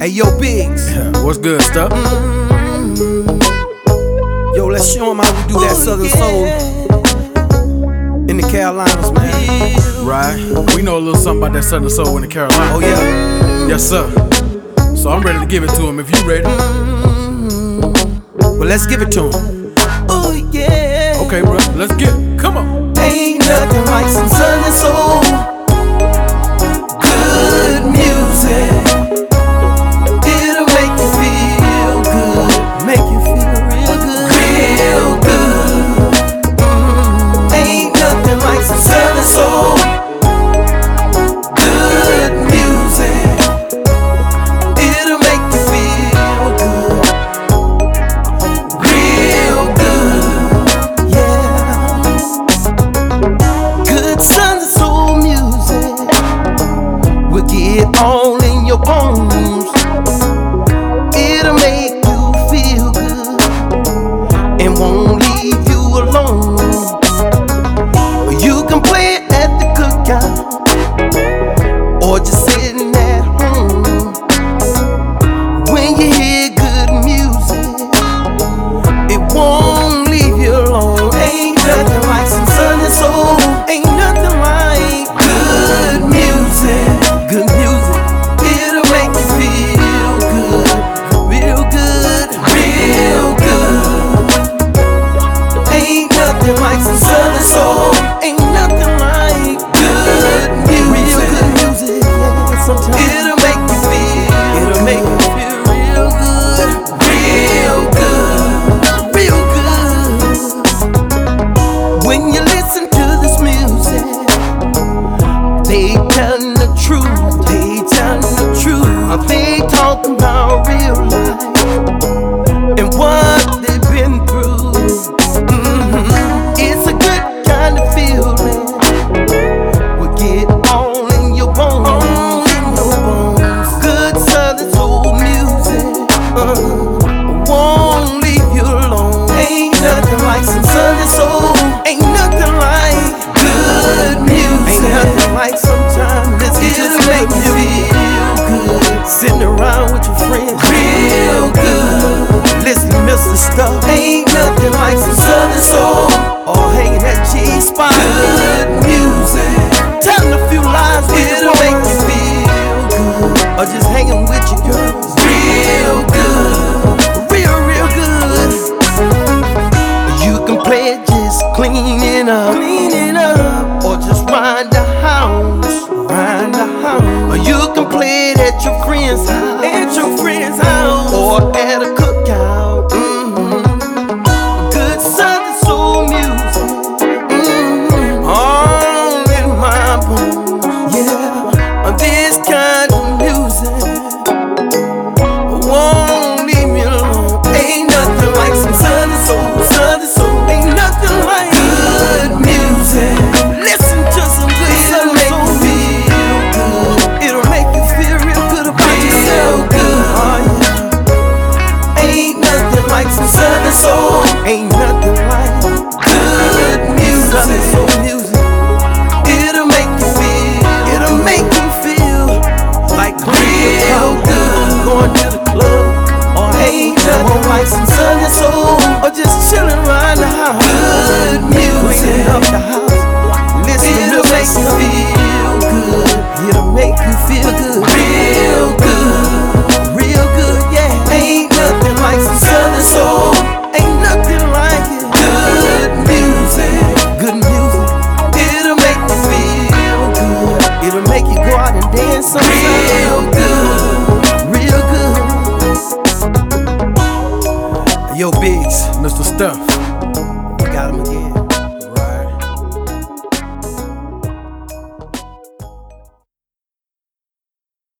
Hey, yo, Biggs. What's good, stuff? Yo, let's show 'em how we do Oh, that Southern soul in the Carolinas, man. Right? We know a little something about that Southern Soul in the Carolina. Oh, yeah. Yes, sir. So I'm ready to give it to him if you ready. Well, let's give it to 'em. Oh yeah. Okay, bro, let's get it. Come on. Ain't nothing like some southern soul. Good music. It'll make you feel good. Make you feel real good. Real good. Mm, Ain't nothing like some southern soul. Good music. It'll make you feel good. Real good. Yeah. Good southern soul music will get all in your bones. It'll make you feel good and won't leave you alone. You can play it at the cookout or just sitting at home. When you hear good music, it won't leave you alone. Ain't nothing like some sun and soul. Ain't nothing like good music. Good music. It'll make you feel good, real good, real good. Ain't nothing like some southern soul. Ain't nothing like good music. Real good music. Yeah, sometimes It'll make you feel, it'll make you feel real good. real good, real good. When you listen to this music, they telling the truth. They tell the truth. Are they talking about real life and what they've been through? Mhm. It's a good kind of feeling. Will get all in your bones. All in your bones. Good southern soul music. Uh, won't leave you alone. Ain't nothing like some southern soul. Ain't nothing like good music. Ain't nothing like sometimes it's It'll just make make you you feel good. sitting around with your friends, Real good, listening to Mr. Stuff, ain't nothing like some southern soul. or hanging that cheese spot. Good music, Telling a few lies with your it'll make you boys, feel good. or just hanging with your girls. Real good, Real, real good. you can play it just clean it up, Clean it up, or just ride the house. round the house, Or you can play it at your friend's house, at your friend's house. or at a cookout. Mm-hmm. Good southern soul music, mm, all in my bones. Yeah, Uh, This kind of music won't leave me alone. Ain't nothing like some southern soul, southern soul. Ain't nothing like good music. listen to some good It'll southern make you soul. feel good, It'll make you feel real good about feel yourself. good. Oh, Ain't nothing like some southern soul. yeah. Ain't nothing like Good southern music, soul music. it'll make you feel, It'll make you feel like clean Real good. Going to the club or Ain't nothing like some southern soul. or just chilling around the house. Good Cleaning music. up the house. Listening It'll to make some you feel good, It'll make you feel good. real good. Real good, yeah. Ain't nothing like some southern soul. Ain't nothing like it. Good music, Good music. it'll make you feel good, It'll make you go out and dance real sometime. good. Real good. Yo, Biggs, Mr. Stuff. got him again.